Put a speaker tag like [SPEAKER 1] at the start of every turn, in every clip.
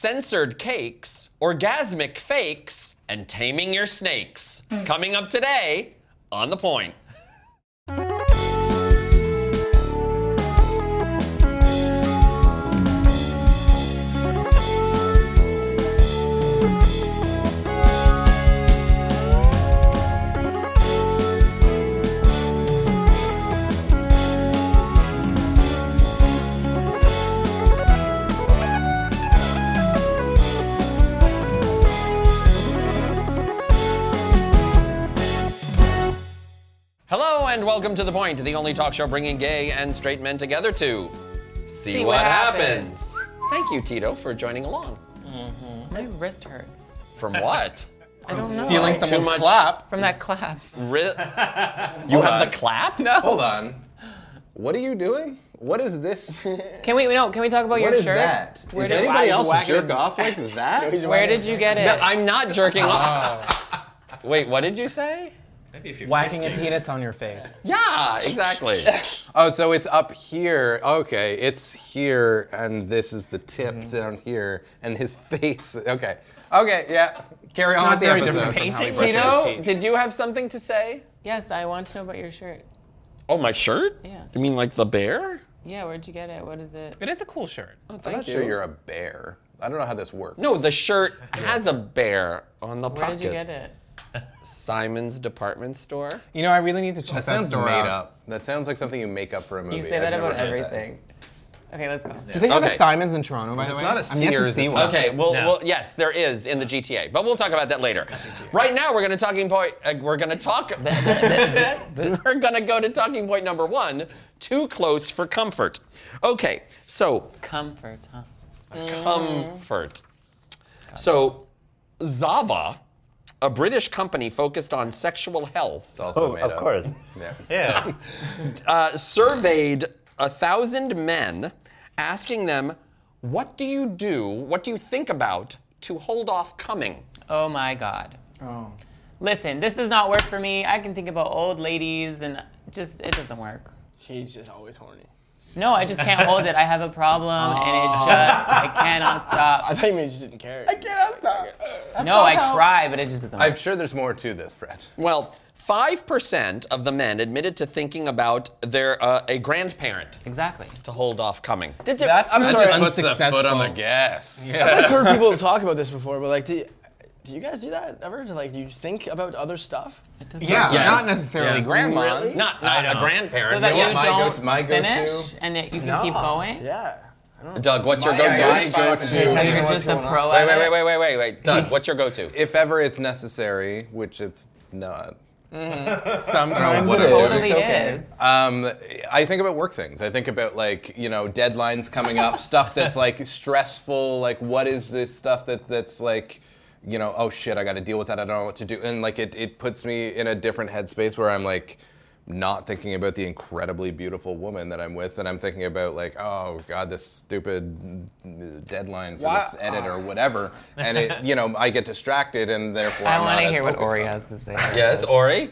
[SPEAKER 1] censored cakes, orgasmic fakes, and taming your snakes. Coming up today on The Point. Hello, and welcome to The Point, the only talk show bringing gay and straight men together to see,
[SPEAKER 2] See
[SPEAKER 1] what,
[SPEAKER 2] what
[SPEAKER 1] happens. Thank you, Tito, for joining along.
[SPEAKER 2] My wrist hurts
[SPEAKER 1] From what?
[SPEAKER 2] I don't know.
[SPEAKER 3] stealing
[SPEAKER 1] Too
[SPEAKER 3] someone's
[SPEAKER 1] much-
[SPEAKER 3] clap.
[SPEAKER 2] from that clap.
[SPEAKER 1] Re- you have the clap? No.
[SPEAKER 3] Hold on. What are you doing? What is this? What
[SPEAKER 2] Can we no? Can we talk about your
[SPEAKER 3] is
[SPEAKER 2] shirt?
[SPEAKER 3] that? Is
[SPEAKER 2] Where did,
[SPEAKER 3] anybody
[SPEAKER 4] he's
[SPEAKER 3] else
[SPEAKER 4] whacking
[SPEAKER 3] jerk
[SPEAKER 4] him.
[SPEAKER 3] off like that?
[SPEAKER 2] where did you get it?
[SPEAKER 1] I'm not jerking off.
[SPEAKER 3] Oh.
[SPEAKER 1] Wait, what did you say?
[SPEAKER 5] Maybe if you're
[SPEAKER 4] Whacking a
[SPEAKER 5] fisting.
[SPEAKER 4] penis on your face.
[SPEAKER 1] Yeah, exactly.
[SPEAKER 3] oh, so it's up here. Okay, it's here, and this is the tip down here, and his face. Okay, okay, yeah. Carry on
[SPEAKER 4] Not
[SPEAKER 3] with the
[SPEAKER 4] very
[SPEAKER 3] episode.
[SPEAKER 4] different from how he
[SPEAKER 1] Tito,
[SPEAKER 4] brushes his teeth.
[SPEAKER 1] did you have something to say?
[SPEAKER 2] yes, I want to know about your shirt.
[SPEAKER 1] Oh, my shirt?
[SPEAKER 2] Yeah.
[SPEAKER 1] You mean like the bear?
[SPEAKER 2] Yeah, where'd you get it? What is it?
[SPEAKER 4] It is a cool shirt.
[SPEAKER 2] Oh,
[SPEAKER 3] I'm not sure you're a bear. I don't know how this works.
[SPEAKER 1] No, the shirt has a bear on the
[SPEAKER 2] Where
[SPEAKER 1] pocket.
[SPEAKER 2] did you get it?
[SPEAKER 1] Simon's department store.
[SPEAKER 4] You know, I really need to check
[SPEAKER 3] that
[SPEAKER 4] that,
[SPEAKER 3] sounds made
[SPEAKER 4] store out.
[SPEAKER 3] up. That sounds like something you make up for a movie.
[SPEAKER 2] You say
[SPEAKER 3] I've
[SPEAKER 2] that
[SPEAKER 3] never
[SPEAKER 2] about
[SPEAKER 3] heard that.
[SPEAKER 2] everything. Okay, let's go.
[SPEAKER 4] Do they have
[SPEAKER 1] Okay.
[SPEAKER 4] a Simons in Toronto, by the
[SPEAKER 3] It's
[SPEAKER 4] way?
[SPEAKER 3] not a
[SPEAKER 4] I'm yet to
[SPEAKER 3] Sears,
[SPEAKER 4] see
[SPEAKER 3] it's
[SPEAKER 4] one.
[SPEAKER 1] Okay, well,
[SPEAKER 5] No.
[SPEAKER 1] well, yes, there is in the GTA, but we'll talk about that later. Right now, we're gonna talking point. Uh, we're gonna talk. we're gonna go to talking point number one. Too close for comfort. Okay, so
[SPEAKER 2] Comfort, huh?
[SPEAKER 1] comfort. So, Zava, a British company focused on sexual health,
[SPEAKER 3] It's also made up.
[SPEAKER 5] Of course.
[SPEAKER 3] Yeah.
[SPEAKER 5] Yeah.
[SPEAKER 1] surveyed a thousand men, asking them, "What do you do? What do you think about to hold off coming?"
[SPEAKER 2] Oh my God.
[SPEAKER 4] Oh.
[SPEAKER 2] Listen, this does not work for me. I can think about old ladies and just it doesn't work.
[SPEAKER 4] He's just always horny.
[SPEAKER 2] No, I just can't hold it. I have a problem and
[SPEAKER 3] Oh.
[SPEAKER 2] it just I cannot stop.
[SPEAKER 4] I thought you just didn't care. I can't.
[SPEAKER 2] No, I try, but it just doesn't work.
[SPEAKER 3] I'm sure there's more to this, Fred.
[SPEAKER 1] Well, 5% of the men admitted to thinking about their uh, a grandparent
[SPEAKER 2] Exactly.
[SPEAKER 1] to hold off coming.
[SPEAKER 6] Did you, I'm sorry.
[SPEAKER 3] Just
[SPEAKER 6] I've
[SPEAKER 3] puts the foot on the
[SPEAKER 4] unsuccessful.
[SPEAKER 3] gas.
[SPEAKER 6] heard people talk about this before, but like, do, do you guys do that ever? Do, like, do you think about other stuff?
[SPEAKER 2] It doesn't
[SPEAKER 4] Yeah,
[SPEAKER 1] Yes.
[SPEAKER 4] not necessarily
[SPEAKER 3] Yeah.
[SPEAKER 4] grandmas.
[SPEAKER 6] Really?
[SPEAKER 1] Not, not a grandparent.
[SPEAKER 2] so that
[SPEAKER 1] no.
[SPEAKER 2] you
[SPEAKER 3] my
[SPEAKER 2] don't
[SPEAKER 3] go-to- my go-to-
[SPEAKER 2] finish and that you can keep going.
[SPEAKER 6] Yeah.
[SPEAKER 1] Doug, what's your
[SPEAKER 3] My-
[SPEAKER 1] go-to?
[SPEAKER 3] my
[SPEAKER 1] Wait,
[SPEAKER 3] go-to-
[SPEAKER 2] So
[SPEAKER 6] Tell
[SPEAKER 2] you're
[SPEAKER 6] what's
[SPEAKER 2] just a
[SPEAKER 6] going on.
[SPEAKER 2] pro
[SPEAKER 1] wait,
[SPEAKER 2] at it?
[SPEAKER 1] wait, wait, wait, wait, wait. Doug, what's your go-to?
[SPEAKER 3] if ever it's necessary, which it's not.
[SPEAKER 4] Sometimes
[SPEAKER 3] What
[SPEAKER 4] it
[SPEAKER 3] a
[SPEAKER 4] is.
[SPEAKER 2] Totally
[SPEAKER 4] It's okay.
[SPEAKER 2] is.
[SPEAKER 3] Um, I think about work things. I think about like you know deadlines coming up, stuff that's like stressful. Like what is this stuff that that's like, you know, oh shit, I got to deal with that. I don't know what to do, and like it it puts me in a different headspace where I'm like not thinking about the incredibly beautiful woman that I'm with, and I'm thinking about like, oh god, this stupid deadline for this edit
[SPEAKER 2] Ah.
[SPEAKER 3] or whatever, and it you know I get distracted and therefore
[SPEAKER 2] I
[SPEAKER 3] I'm
[SPEAKER 2] want
[SPEAKER 3] not
[SPEAKER 2] to
[SPEAKER 3] as
[SPEAKER 2] hear what
[SPEAKER 3] focused
[SPEAKER 2] Ori
[SPEAKER 3] on it.
[SPEAKER 2] has to say.
[SPEAKER 1] Yes, Ori?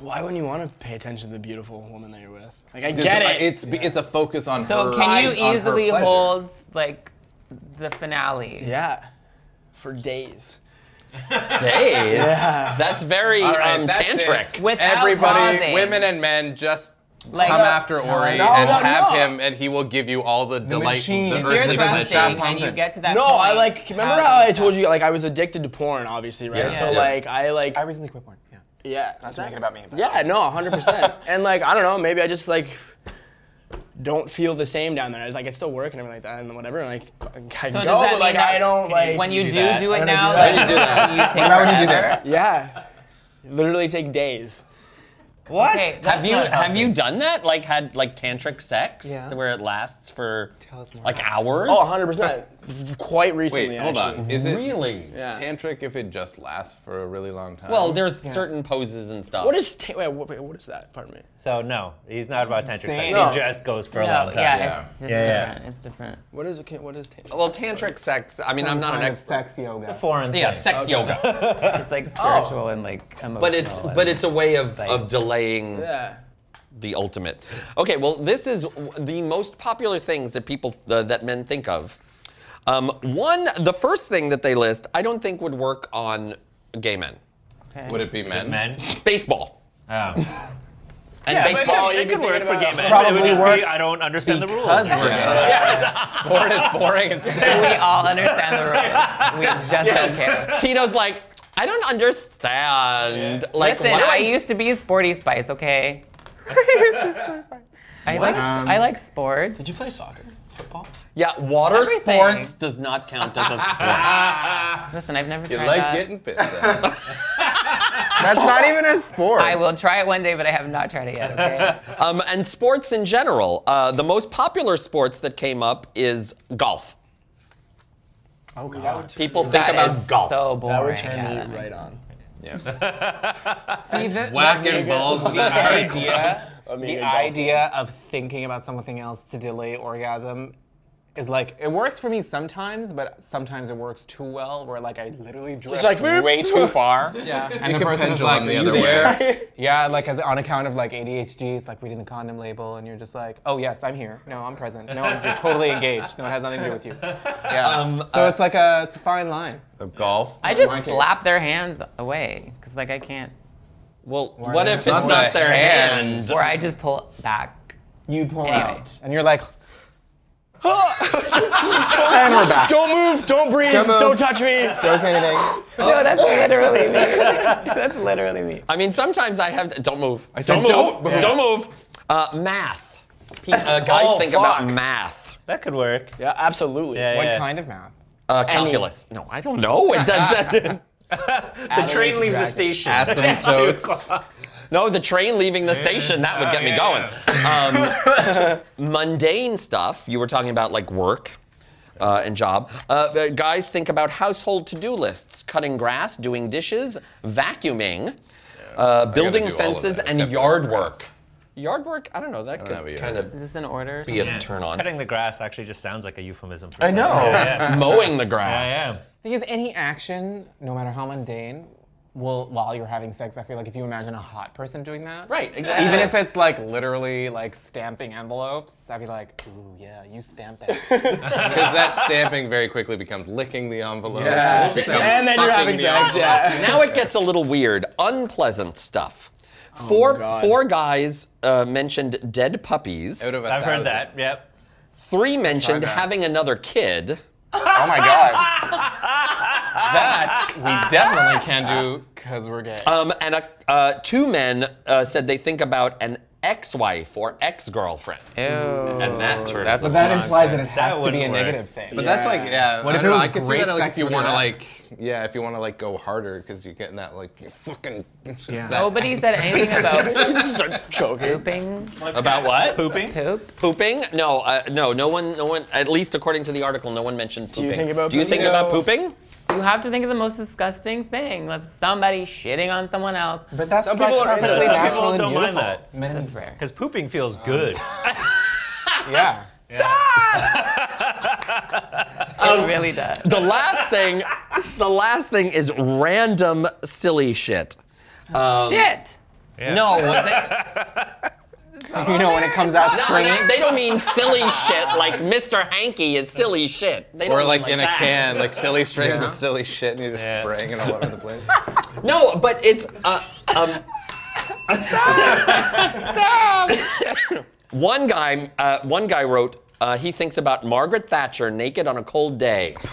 [SPEAKER 6] Why wouldn't you want to pay attention to the beautiful woman that you're with? Like, I
[SPEAKER 3] Just,
[SPEAKER 6] get
[SPEAKER 3] uh,
[SPEAKER 6] it.
[SPEAKER 3] It's it's a focus on
[SPEAKER 2] So
[SPEAKER 3] her.
[SPEAKER 2] can you
[SPEAKER 3] it's on her
[SPEAKER 2] easily
[SPEAKER 3] pleasure.
[SPEAKER 2] hold like the finale?
[SPEAKER 6] yeah. For days.
[SPEAKER 1] Days? That's very
[SPEAKER 3] All right,
[SPEAKER 1] um,
[SPEAKER 3] that's it.
[SPEAKER 1] tantric.
[SPEAKER 2] Without
[SPEAKER 3] Everybody,
[SPEAKER 2] pausing.
[SPEAKER 3] women and men, just
[SPEAKER 2] Like-
[SPEAKER 3] come
[SPEAKER 2] No,
[SPEAKER 3] after Ori
[SPEAKER 6] no,
[SPEAKER 3] and
[SPEAKER 6] no,
[SPEAKER 3] have
[SPEAKER 6] no.
[SPEAKER 3] him, and he will give you all the, delight,
[SPEAKER 4] machine.
[SPEAKER 3] the
[SPEAKER 4] If
[SPEAKER 2] You're
[SPEAKER 3] earthly
[SPEAKER 2] thrusting
[SPEAKER 3] pleasure.
[SPEAKER 2] and you get to that
[SPEAKER 6] No,
[SPEAKER 2] point.
[SPEAKER 6] I like. Remember how I
[SPEAKER 2] you
[SPEAKER 6] told you like I was addicted to porn, obviously, right?
[SPEAKER 1] Yeah.
[SPEAKER 6] So
[SPEAKER 1] Yeah.
[SPEAKER 6] like I like
[SPEAKER 4] I recently quit porn. Yeah.
[SPEAKER 6] yeah.
[SPEAKER 4] Thinking about me.
[SPEAKER 6] Yeah, no, 100%. and like, I don't know, maybe I just like don't feel the same down there. It's Like, I still work and everything like that and whatever, and like, I can
[SPEAKER 2] So does
[SPEAKER 6] go,
[SPEAKER 2] that
[SPEAKER 6] but like,
[SPEAKER 2] mean that
[SPEAKER 6] I don't like.
[SPEAKER 2] when you do
[SPEAKER 5] do
[SPEAKER 2] do,
[SPEAKER 5] that?
[SPEAKER 2] it
[SPEAKER 6] When I
[SPEAKER 2] now,
[SPEAKER 6] do
[SPEAKER 2] like
[SPEAKER 6] that.
[SPEAKER 2] you, take
[SPEAKER 4] Why would you do
[SPEAKER 2] forever?
[SPEAKER 6] Yeah. Literally take days.
[SPEAKER 5] what?
[SPEAKER 2] Okay, that's
[SPEAKER 1] Have you
[SPEAKER 2] not
[SPEAKER 1] have
[SPEAKER 2] healthy.
[SPEAKER 1] you done that? Like had like tantric sex
[SPEAKER 4] Yeah.
[SPEAKER 1] where it lasts for
[SPEAKER 4] us more.
[SPEAKER 1] like hours?
[SPEAKER 6] Oh, 100%. Quite recently,
[SPEAKER 3] Wait, hold
[SPEAKER 6] actually.
[SPEAKER 3] on. Is it
[SPEAKER 1] Really?
[SPEAKER 3] tantric if it just lasts for a really long time?
[SPEAKER 1] Well, there's certain poses and stuff.
[SPEAKER 6] What is, ta- wait, what, wait, what is that? Pardon me.
[SPEAKER 5] So no, he's not about tantric sex.
[SPEAKER 4] No.
[SPEAKER 5] He just goes for a long
[SPEAKER 2] No, yeah,
[SPEAKER 5] time.
[SPEAKER 2] it's just
[SPEAKER 5] Yeah, yeah.
[SPEAKER 2] different. It's different.
[SPEAKER 6] What is, okay, what is tantric?
[SPEAKER 1] Well, tantric sex. I mean, I'm not an
[SPEAKER 4] Kind of
[SPEAKER 1] expert.
[SPEAKER 4] Sex yoga.
[SPEAKER 5] Foreign
[SPEAKER 1] Yeah,
[SPEAKER 5] thing.
[SPEAKER 1] sex yoga. Oh,
[SPEAKER 2] It's like spiritual and like emotional.
[SPEAKER 1] But it's
[SPEAKER 2] and-
[SPEAKER 1] but it's a way of, of delaying
[SPEAKER 6] Yeah.
[SPEAKER 1] the ultimate. Okay, well, this is w- the most popular things that people uh, that men think of. Um, one, the first thing that they list, I don't think would work on gay men.
[SPEAKER 3] Would it be men?
[SPEAKER 5] Men.
[SPEAKER 1] Baseball.
[SPEAKER 5] Oh.
[SPEAKER 1] And
[SPEAKER 5] Yeah, but
[SPEAKER 1] baseball,
[SPEAKER 5] it, it could work for gay men.
[SPEAKER 2] Probably
[SPEAKER 5] it would just
[SPEAKER 2] work
[SPEAKER 5] be, I don't understand the rules.
[SPEAKER 2] because we're
[SPEAKER 3] Yeah. Bored is boring and stupid.
[SPEAKER 2] we all understand the rules. We just don't care.
[SPEAKER 1] Tito's like, I don't understand. Like,
[SPEAKER 2] Listen,
[SPEAKER 1] what do
[SPEAKER 2] I
[SPEAKER 1] I,
[SPEAKER 2] used to be Sporty Spice, okay? I like I like sports.
[SPEAKER 4] Did you play soccer? Football?
[SPEAKER 1] Yeah, water
[SPEAKER 2] Everything.
[SPEAKER 1] sports does not count as a sport.
[SPEAKER 2] Listen, I've never
[SPEAKER 3] You
[SPEAKER 2] tried
[SPEAKER 3] like
[SPEAKER 2] that.
[SPEAKER 3] getting bit. though.
[SPEAKER 6] That's not even a sport.
[SPEAKER 2] I will try it one day, but I have not tried it yet. Okay.
[SPEAKER 1] um, and sports in general, uh, the most popular sports that came up is golf.
[SPEAKER 4] Oh, God.
[SPEAKER 1] People think
[SPEAKER 2] That
[SPEAKER 1] about
[SPEAKER 2] is
[SPEAKER 1] golf.
[SPEAKER 2] So boring.
[SPEAKER 4] That would turn
[SPEAKER 2] Yeah, that
[SPEAKER 4] me
[SPEAKER 2] makes
[SPEAKER 4] right on.
[SPEAKER 3] Yeah.
[SPEAKER 4] See, that,
[SPEAKER 3] Whacking balls with that hard club.
[SPEAKER 4] idea, the
[SPEAKER 6] idea
[SPEAKER 4] of thinking about something else to delay orgasm is like it works for me sometimes, but sometimes it works too well where like I literally drift
[SPEAKER 6] like, boop.
[SPEAKER 4] way too far.
[SPEAKER 3] Yeah.
[SPEAKER 4] And
[SPEAKER 3] you
[SPEAKER 4] the
[SPEAKER 3] can
[SPEAKER 4] person is
[SPEAKER 3] pendulum
[SPEAKER 4] like,
[SPEAKER 3] the
[SPEAKER 4] "Are you
[SPEAKER 3] other way.
[SPEAKER 4] there?" Yeah, like as, on account of like ADHD, it's like reading the condom label, and you're just like, oh yes, I'm here. No, I'm present. No, I'm, you're totally engaged. No, it has nothing to do with you. Yeah. so it's like a it's a fine line.
[SPEAKER 3] Of golf.
[SPEAKER 2] I just
[SPEAKER 3] Like it.
[SPEAKER 2] slap their hands away because like I can't,
[SPEAKER 1] Well, what if it's not,
[SPEAKER 3] not my
[SPEAKER 1] their hands?
[SPEAKER 2] or I just pull back.
[SPEAKER 4] You pull
[SPEAKER 2] Anyway.
[SPEAKER 4] out, and you're like,
[SPEAKER 6] And we're back. Don't move. Don't breathe. Don't,
[SPEAKER 4] move.
[SPEAKER 6] touch me.
[SPEAKER 4] don't say anything.
[SPEAKER 2] No, that's literally me. that's literally me.
[SPEAKER 1] I mean, sometimes I have. To, don't move. I
[SPEAKER 3] said
[SPEAKER 1] don't
[SPEAKER 3] don't move.
[SPEAKER 1] Don't move. Uh, math. Pe- uh, guys
[SPEAKER 6] Oh,
[SPEAKER 1] think
[SPEAKER 6] fuck.
[SPEAKER 1] about math.
[SPEAKER 5] That could work.
[SPEAKER 6] Yeah, absolutely.
[SPEAKER 5] Yeah,
[SPEAKER 4] What
[SPEAKER 5] yeah.
[SPEAKER 4] kind of math?
[SPEAKER 1] Uh, calculus. No, I don't know. It- that- that- the train leaves the station.
[SPEAKER 3] Asymptotes.
[SPEAKER 1] No, the train leaving the station, that would
[SPEAKER 5] Oh,
[SPEAKER 1] get me
[SPEAKER 5] yeah,
[SPEAKER 1] going. Um, mundane stuff, you were talking about like work uh, and job. Uh, but guys think about household to do lists cutting grass, doing dishes, vacuuming, uh, building
[SPEAKER 3] do all of
[SPEAKER 1] fences,
[SPEAKER 3] that,
[SPEAKER 1] and
[SPEAKER 3] except for
[SPEAKER 1] yard
[SPEAKER 3] grass.
[SPEAKER 1] work. Yard work? I don't know. That
[SPEAKER 3] have
[SPEAKER 1] could
[SPEAKER 3] a yard.
[SPEAKER 1] kind
[SPEAKER 2] Is
[SPEAKER 1] of
[SPEAKER 2] this an order? or
[SPEAKER 1] be
[SPEAKER 2] something?
[SPEAKER 1] a turn on.
[SPEAKER 5] Cutting the grass actually just sounds like a euphemism for I
[SPEAKER 4] know.
[SPEAKER 5] Yeah,
[SPEAKER 1] Mowing the
[SPEAKER 5] yeah.
[SPEAKER 1] grass.
[SPEAKER 5] yeah.
[SPEAKER 4] thing is, any action, no matter how mundane, will while you're having sex, I feel like if you imagine a hot person doing that,
[SPEAKER 1] Right, exactly.
[SPEAKER 4] Even if it's like literally like stamping envelopes, I'd be like, ooh yeah, you stamp that.
[SPEAKER 3] Because that stamping very quickly becomes licking the envelope.
[SPEAKER 4] Yeah.
[SPEAKER 3] It becomes
[SPEAKER 6] And then you're
[SPEAKER 3] fucking
[SPEAKER 6] having
[SPEAKER 3] the
[SPEAKER 6] sex.
[SPEAKER 3] envelope.
[SPEAKER 6] Yeah.
[SPEAKER 1] now it gets a little weird. Unpleasant stuff. Four,
[SPEAKER 6] Oh God.
[SPEAKER 1] four guys uh, mentioned dead puppies.
[SPEAKER 3] Out of a
[SPEAKER 5] I've
[SPEAKER 3] thousand.
[SPEAKER 5] heard that. Yep.
[SPEAKER 1] Three mentioned
[SPEAKER 3] that.
[SPEAKER 1] having another kid.
[SPEAKER 4] oh my god.
[SPEAKER 3] That we definitely can do.
[SPEAKER 4] Because we're gay.
[SPEAKER 1] Um, and uh, uh, two men uh, said they think about an ex-wife or ex-girlfriend,
[SPEAKER 2] Ew.
[SPEAKER 1] and that turns.
[SPEAKER 4] but
[SPEAKER 1] them
[SPEAKER 4] that
[SPEAKER 1] on.
[SPEAKER 4] implies that it has
[SPEAKER 5] That
[SPEAKER 4] to be a
[SPEAKER 5] wouldn't work.
[SPEAKER 4] negative thing.
[SPEAKER 3] But that's like, yeah.
[SPEAKER 4] What
[SPEAKER 3] I
[SPEAKER 4] if
[SPEAKER 3] don't know,
[SPEAKER 4] it was
[SPEAKER 3] I can see
[SPEAKER 4] great
[SPEAKER 3] that like,
[SPEAKER 4] sex
[SPEAKER 3] if you
[SPEAKER 4] with
[SPEAKER 3] want to
[SPEAKER 4] your
[SPEAKER 3] like, yeah, if you want to like go harder because you're getting that like you fucking. it's that-
[SPEAKER 2] Nobody said anything about
[SPEAKER 6] Start choking.
[SPEAKER 2] pooping.
[SPEAKER 1] About what?
[SPEAKER 5] Pooping.
[SPEAKER 2] Poop.
[SPEAKER 1] Pooping? No, uh, no, no one, no one. At least according to the article, no one mentioned pooping. Do
[SPEAKER 6] you think about
[SPEAKER 1] Do you think
[SPEAKER 6] pooping?
[SPEAKER 1] about
[SPEAKER 3] No.
[SPEAKER 1] pooping?
[SPEAKER 2] You have to think of the most disgusting thing of somebody shitting on someone else.
[SPEAKER 4] But that's
[SPEAKER 6] Some
[SPEAKER 4] like
[SPEAKER 6] people are into
[SPEAKER 4] perfectly
[SPEAKER 5] it. Some
[SPEAKER 4] natural
[SPEAKER 5] people
[SPEAKER 4] and
[SPEAKER 5] don't mind
[SPEAKER 4] beautiful.
[SPEAKER 5] that.
[SPEAKER 4] Men and-
[SPEAKER 2] That's rare.
[SPEAKER 5] Because pooping feels good.
[SPEAKER 4] Yeah.
[SPEAKER 2] it really does.
[SPEAKER 1] The last thing, the last thing is random silly shit. Um, oh,
[SPEAKER 2] Shit.
[SPEAKER 5] Yeah.
[SPEAKER 1] No, they,
[SPEAKER 4] You know when it comes out
[SPEAKER 1] no,
[SPEAKER 4] swinging.
[SPEAKER 1] they don't mean silly shit like Mr. Hanky is silly shit. They don't
[SPEAKER 3] Or
[SPEAKER 1] mean
[SPEAKER 3] like in a
[SPEAKER 1] that.
[SPEAKER 3] can, like silly string with silly shit, and you're just
[SPEAKER 5] Yeah.
[SPEAKER 3] spraying it all over the place.
[SPEAKER 1] No, but it's uh, um,
[SPEAKER 2] Stop.
[SPEAKER 1] One guy, uh, one guy wrote, uh, he thinks about Margaret Thatcher naked on a cold day.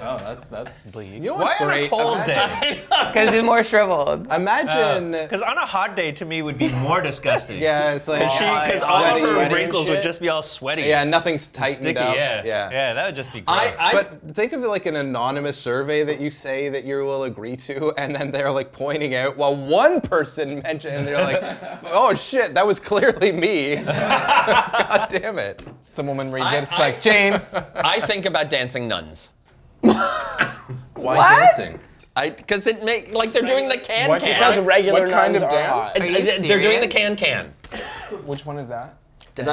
[SPEAKER 4] Oh, that's that's bleak.
[SPEAKER 3] You know
[SPEAKER 5] Why
[SPEAKER 3] what's
[SPEAKER 5] on
[SPEAKER 3] great?
[SPEAKER 5] a cold
[SPEAKER 3] Imagine-
[SPEAKER 5] day?
[SPEAKER 2] Because you're more
[SPEAKER 4] Oh.
[SPEAKER 2] shriveled.
[SPEAKER 3] Imagine.
[SPEAKER 4] Uh,
[SPEAKER 5] Because on a hot day to me would be more disgusting.
[SPEAKER 3] yeah, it's like.
[SPEAKER 5] Because all of
[SPEAKER 3] sweaty.
[SPEAKER 5] her
[SPEAKER 6] sweaty
[SPEAKER 5] wrinkles
[SPEAKER 6] and
[SPEAKER 5] would
[SPEAKER 6] shit.
[SPEAKER 5] just be all sweaty.
[SPEAKER 3] Yeah, nothing's tightened
[SPEAKER 5] Sticky.
[SPEAKER 3] up.
[SPEAKER 5] Yeah.
[SPEAKER 3] yeah.
[SPEAKER 5] That would just be
[SPEAKER 1] I,
[SPEAKER 5] gross.
[SPEAKER 1] I,
[SPEAKER 3] But think of it like an anonymous survey that you say that you will agree to, and then they're like pointing out, well, one person mentioned, and they're like, oh shit, that was clearly me. God damn it.
[SPEAKER 4] Some woman reads
[SPEAKER 1] I-
[SPEAKER 4] it, it's
[SPEAKER 1] I-
[SPEAKER 4] like James.
[SPEAKER 1] I think about dancing nuns.
[SPEAKER 3] Why
[SPEAKER 2] What?
[SPEAKER 3] dancing?
[SPEAKER 1] I because it make like they're doing the can
[SPEAKER 4] What?
[SPEAKER 1] can. Uh,
[SPEAKER 6] Because regular
[SPEAKER 4] What kind
[SPEAKER 6] nuns
[SPEAKER 4] of
[SPEAKER 6] are
[SPEAKER 4] dance?
[SPEAKER 6] hot.
[SPEAKER 2] Are you
[SPEAKER 1] They're doing the
[SPEAKER 2] serious?
[SPEAKER 1] can can.
[SPEAKER 4] Which one is that?
[SPEAKER 2] Wait,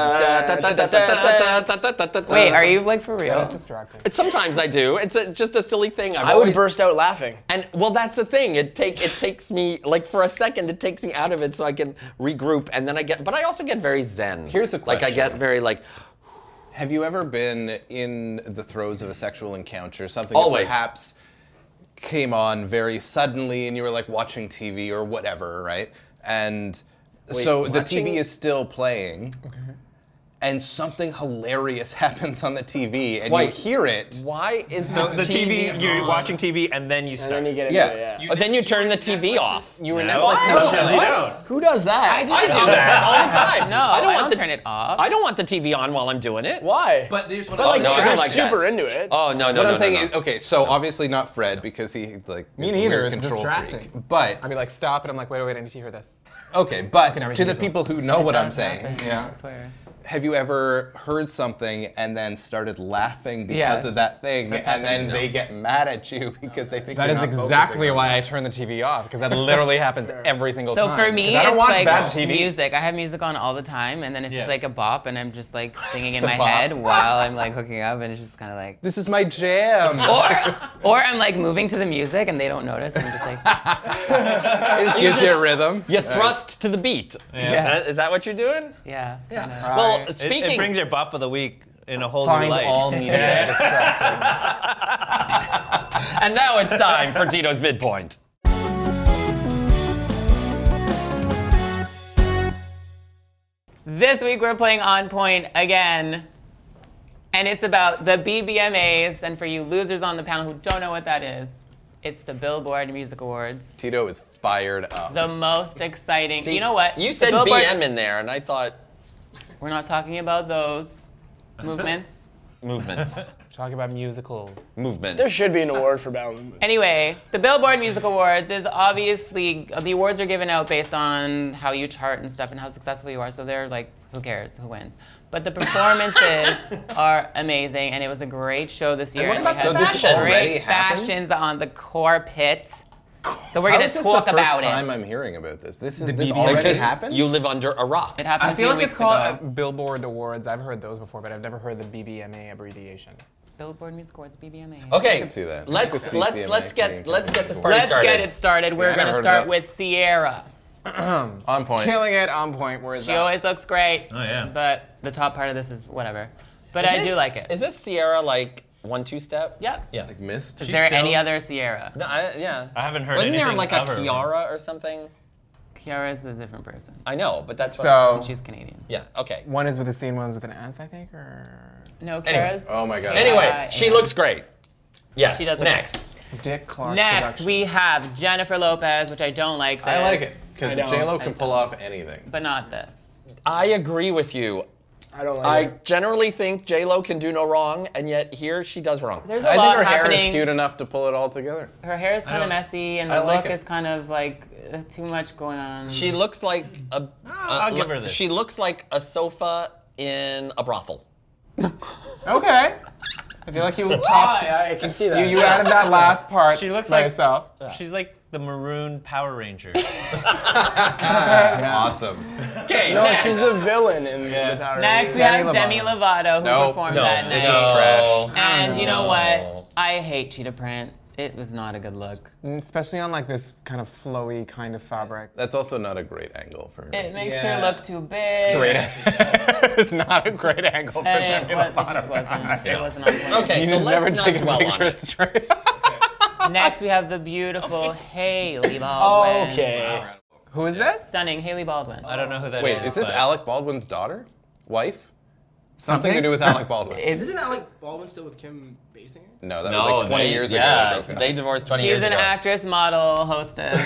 [SPEAKER 1] Wait,
[SPEAKER 2] are you like for
[SPEAKER 4] That's
[SPEAKER 2] real?
[SPEAKER 4] distracting.
[SPEAKER 1] Sometimes I do. It's a, just a silly thing. I've
[SPEAKER 6] I would
[SPEAKER 1] always-
[SPEAKER 6] burst out laughing.
[SPEAKER 1] And well, that's the thing. It take it takes me like for a second. It takes me out of it so I can regroup, and then I get. But I also get very zen.
[SPEAKER 3] Here's the
[SPEAKER 1] Like I get
[SPEAKER 3] question.
[SPEAKER 1] very like.
[SPEAKER 3] Have you ever been in the throes of a sexual encounter? Something
[SPEAKER 1] Always.
[SPEAKER 3] that perhaps came on very suddenly and you were like watching TV or whatever, right? And so the
[SPEAKER 1] watching-
[SPEAKER 3] TV is still playing. And something hilarious happens on the TV and
[SPEAKER 1] Why-
[SPEAKER 3] you hear it.
[SPEAKER 1] Why is
[SPEAKER 5] So the TV, you're watching TV, and then you
[SPEAKER 6] And
[SPEAKER 5] start.
[SPEAKER 6] then you get into
[SPEAKER 3] Yeah.
[SPEAKER 6] it, yeah.
[SPEAKER 1] Oh, then you turn the TV off.
[SPEAKER 5] you were
[SPEAKER 3] What?
[SPEAKER 6] Who does that? I
[SPEAKER 1] I do that all the time.
[SPEAKER 2] No, I don't, turn it off.
[SPEAKER 1] I don't want the TV on while I'm doing it.
[SPEAKER 6] Why?
[SPEAKER 3] But there's what
[SPEAKER 6] But, like,
[SPEAKER 1] no, I
[SPEAKER 6] if
[SPEAKER 1] don't
[SPEAKER 6] you're
[SPEAKER 1] like that.
[SPEAKER 6] super into it.
[SPEAKER 1] Oh no, no,
[SPEAKER 3] What
[SPEAKER 1] no,
[SPEAKER 3] I'm
[SPEAKER 1] no,
[SPEAKER 3] saying
[SPEAKER 1] no.
[SPEAKER 3] is, okay, so obviously not Fred because he like
[SPEAKER 4] Me
[SPEAKER 3] is a
[SPEAKER 4] neither,
[SPEAKER 3] weird
[SPEAKER 4] it's
[SPEAKER 3] control freak.
[SPEAKER 4] distracting.
[SPEAKER 3] But
[SPEAKER 4] I'd be like, stop, and I'm like, wait, wait, I need to hear this.
[SPEAKER 3] okay, but
[SPEAKER 4] never
[SPEAKER 3] to
[SPEAKER 4] hear
[SPEAKER 3] the
[SPEAKER 4] that.
[SPEAKER 3] people who know what I'm
[SPEAKER 2] Does
[SPEAKER 3] saying,
[SPEAKER 2] happen,
[SPEAKER 4] yeah.
[SPEAKER 2] I swear.
[SPEAKER 3] have you ever heard something and then started laughing because
[SPEAKER 4] Yes.
[SPEAKER 3] of that thing,
[SPEAKER 4] That's
[SPEAKER 3] and then
[SPEAKER 4] happened.
[SPEAKER 3] they get mad at you because they think
[SPEAKER 4] That
[SPEAKER 3] you're
[SPEAKER 4] is
[SPEAKER 3] not focusing
[SPEAKER 4] exactly
[SPEAKER 3] on
[SPEAKER 4] why
[SPEAKER 3] them.
[SPEAKER 4] I turn the TV off because that literally happens every single
[SPEAKER 2] So
[SPEAKER 4] time.
[SPEAKER 2] for me,
[SPEAKER 4] 'Cause I don't
[SPEAKER 2] it's
[SPEAKER 4] watch
[SPEAKER 2] like
[SPEAKER 4] bad TV.
[SPEAKER 2] music. I have music on all the time, and then if
[SPEAKER 5] Yeah.
[SPEAKER 2] it's like a bop, and I'm just like singing in
[SPEAKER 3] It's
[SPEAKER 2] my
[SPEAKER 3] a bop.
[SPEAKER 2] head while I'm like hooking up, and it's just kind of like.
[SPEAKER 3] This is my jam.
[SPEAKER 2] Or, or I'm like moving to the music, and they don't notice. And I'm just like,
[SPEAKER 3] it just gives you a rhythm.
[SPEAKER 1] you thrust to the beat.
[SPEAKER 2] Yeah.
[SPEAKER 1] Is that what you're doing?
[SPEAKER 2] yeah. yeah.
[SPEAKER 1] Well,
[SPEAKER 5] It,
[SPEAKER 1] speaking.
[SPEAKER 5] it brings your bop of the week in a whole new
[SPEAKER 4] Find
[SPEAKER 5] light.
[SPEAKER 4] all media distracting.
[SPEAKER 1] and now it's time for Tito's midpoint.
[SPEAKER 2] This week we're playing On Point again. And it's about the BBMAs. And for you losers on the panel who don't know what that is, it's the Billboard Music Awards.
[SPEAKER 3] Tito is fired up.
[SPEAKER 2] The most exciting. you know what?
[SPEAKER 1] You
[SPEAKER 2] The
[SPEAKER 1] said
[SPEAKER 2] Billboard-
[SPEAKER 1] BM in there, and I thought
[SPEAKER 2] We're not talking about those movements.
[SPEAKER 1] movements,
[SPEAKER 4] Talk about musical.
[SPEAKER 1] movements.
[SPEAKER 6] There should be an award for Battle Movement.
[SPEAKER 2] Anyway, the Billboard Music Awards is obviously the awards are given out based on how you chart and stuff and how successful you are. So they're like, who cares who wins? But the performances are amazing, and it was a great show this year.
[SPEAKER 1] what
[SPEAKER 2] we
[SPEAKER 1] about
[SPEAKER 2] had
[SPEAKER 1] the So this fashion?
[SPEAKER 3] already
[SPEAKER 2] Great
[SPEAKER 3] happened?
[SPEAKER 2] fashions on the carpet. So we're
[SPEAKER 3] How
[SPEAKER 2] gonna
[SPEAKER 3] is this the
[SPEAKER 2] talk
[SPEAKER 3] first
[SPEAKER 2] about
[SPEAKER 3] time
[SPEAKER 2] it.
[SPEAKER 3] I'm hearing about this? This is
[SPEAKER 4] The
[SPEAKER 3] this
[SPEAKER 4] BBM.
[SPEAKER 3] already
[SPEAKER 4] Because
[SPEAKER 3] happened.
[SPEAKER 1] You live under a rock.
[SPEAKER 2] it happened
[SPEAKER 4] I feel
[SPEAKER 2] a
[SPEAKER 4] like
[SPEAKER 2] few
[SPEAKER 4] it's
[SPEAKER 2] weeks
[SPEAKER 4] called uh,
[SPEAKER 2] ago.
[SPEAKER 4] Billboard Awards. I've heard those before, but I've never heard the BBMA abbreviation.
[SPEAKER 2] Billboard Music Awards, BBMA.
[SPEAKER 1] Okay.
[SPEAKER 3] can see that. I can
[SPEAKER 1] Let's
[SPEAKER 3] see
[SPEAKER 1] let's
[SPEAKER 3] CMA
[SPEAKER 1] let's
[SPEAKER 3] being
[SPEAKER 1] get let's get this party
[SPEAKER 2] Let's
[SPEAKER 1] started.
[SPEAKER 2] get it started.
[SPEAKER 3] I
[SPEAKER 2] We're
[SPEAKER 3] never
[SPEAKER 2] gonna
[SPEAKER 3] heard
[SPEAKER 2] start
[SPEAKER 3] that.
[SPEAKER 2] with Sierra.
[SPEAKER 3] on point.
[SPEAKER 4] Killing it on point. Where is
[SPEAKER 2] She
[SPEAKER 4] that?
[SPEAKER 2] always looks great.
[SPEAKER 5] Oh, yeah.
[SPEAKER 2] But the top part of this is whatever. But
[SPEAKER 1] Is
[SPEAKER 2] I do
[SPEAKER 1] this-
[SPEAKER 2] like it.
[SPEAKER 1] Is this Sierra like one two step?
[SPEAKER 2] Yep.
[SPEAKER 1] Yeah.
[SPEAKER 3] Missed.
[SPEAKER 2] Is there
[SPEAKER 5] still-
[SPEAKER 2] any other Sierra?
[SPEAKER 1] No, I, yeah.
[SPEAKER 5] I haven't heard
[SPEAKER 1] Wasn't there
[SPEAKER 5] anything
[SPEAKER 1] like a
[SPEAKER 5] of her.
[SPEAKER 1] Kiara or something?
[SPEAKER 2] Kiara's is a different person.
[SPEAKER 1] I know, but that's what
[SPEAKER 3] Oh.
[SPEAKER 4] so
[SPEAKER 2] She's Canadian.
[SPEAKER 1] yeah. Okay.
[SPEAKER 4] one is with a C and one is with an S, I think, or
[SPEAKER 2] No,
[SPEAKER 1] Anyway.
[SPEAKER 2] Kiara's.
[SPEAKER 3] Oh my god.
[SPEAKER 1] Anyway,
[SPEAKER 2] Uh,
[SPEAKER 1] she
[SPEAKER 2] yeah.
[SPEAKER 1] looks great. Yes.
[SPEAKER 2] She does look
[SPEAKER 1] next.
[SPEAKER 4] Dick Clark.
[SPEAKER 2] Next,
[SPEAKER 4] production.
[SPEAKER 2] we have Jennifer Lopez, which I don't like. This,
[SPEAKER 3] I like it because
[SPEAKER 6] I don't.
[SPEAKER 3] J Lo can pull off anything.
[SPEAKER 2] But not this.
[SPEAKER 1] I agree with you.
[SPEAKER 6] I don't like
[SPEAKER 1] I
[SPEAKER 6] it.
[SPEAKER 1] generally think J Lo can do no wrong, and yet here she does wrong.
[SPEAKER 2] There's a
[SPEAKER 3] I
[SPEAKER 2] lot
[SPEAKER 3] think her
[SPEAKER 2] happening.
[SPEAKER 3] hair is cute enough to pull it all together.
[SPEAKER 2] Her hair is kind of
[SPEAKER 5] don't-
[SPEAKER 2] messy, and
[SPEAKER 3] I
[SPEAKER 2] the
[SPEAKER 3] like
[SPEAKER 2] look
[SPEAKER 3] it.
[SPEAKER 2] is kind of like uh, too much going on.
[SPEAKER 1] she looks like a. a-
[SPEAKER 5] Ah, I'll give her this.
[SPEAKER 1] She looks like a sofa in a brothel.
[SPEAKER 4] Okay. I feel like you talked.
[SPEAKER 6] I, I can see that.
[SPEAKER 4] You, you added that last part
[SPEAKER 5] She looks
[SPEAKER 4] by
[SPEAKER 5] like-
[SPEAKER 4] yourself.
[SPEAKER 5] She's like the maroon Power Ranger.
[SPEAKER 3] Awesome.
[SPEAKER 1] Okay.
[SPEAKER 6] no, oh, she's the villain in the Power
[SPEAKER 2] Next, we have
[SPEAKER 6] Rangers.
[SPEAKER 2] Demi
[SPEAKER 4] Demi
[SPEAKER 2] Lovato, who
[SPEAKER 3] No,
[SPEAKER 2] performed
[SPEAKER 3] no,
[SPEAKER 2] that
[SPEAKER 3] this
[SPEAKER 2] night.
[SPEAKER 3] is trash.
[SPEAKER 2] And you know
[SPEAKER 1] No.
[SPEAKER 2] what? I hate cheetah print. It was not a good look.
[SPEAKER 4] Especially on like this kind of flowy kind of fabric.
[SPEAKER 3] That's also not a great angle for her.
[SPEAKER 2] It makes
[SPEAKER 6] Yeah.
[SPEAKER 2] her look too big.
[SPEAKER 4] it's not a great angle for
[SPEAKER 2] And
[SPEAKER 4] Demi
[SPEAKER 2] it, was, it just
[SPEAKER 4] Lovato.
[SPEAKER 2] wasn't. It wasn't on point.
[SPEAKER 1] Okay,
[SPEAKER 4] You
[SPEAKER 1] so
[SPEAKER 4] just
[SPEAKER 1] let's
[SPEAKER 4] never
[SPEAKER 1] not
[SPEAKER 4] take a
[SPEAKER 1] dwell
[SPEAKER 4] picture
[SPEAKER 1] on it.
[SPEAKER 4] straight.
[SPEAKER 2] Next, we have the beautiful Haley Baldwin.
[SPEAKER 6] Okay.
[SPEAKER 4] Who is this?
[SPEAKER 2] Stunning Haley Baldwin.
[SPEAKER 5] I don't know who that is.
[SPEAKER 3] Wait, is this
[SPEAKER 5] but-
[SPEAKER 3] Alec Baldwin's daughter? Wife? Something, to
[SPEAKER 4] Something?
[SPEAKER 3] do with Alec Baldwin.
[SPEAKER 2] It's,
[SPEAKER 6] Isn't that like Baldwin still with Kim Basinger?
[SPEAKER 3] No, that was
[SPEAKER 1] No,
[SPEAKER 3] like 20
[SPEAKER 1] they-
[SPEAKER 3] years
[SPEAKER 1] yeah,
[SPEAKER 3] ago. they broke
[SPEAKER 1] they
[SPEAKER 3] up.
[SPEAKER 1] divorced 20 years
[SPEAKER 2] she's an
[SPEAKER 1] ago.
[SPEAKER 2] actress, model, hostess.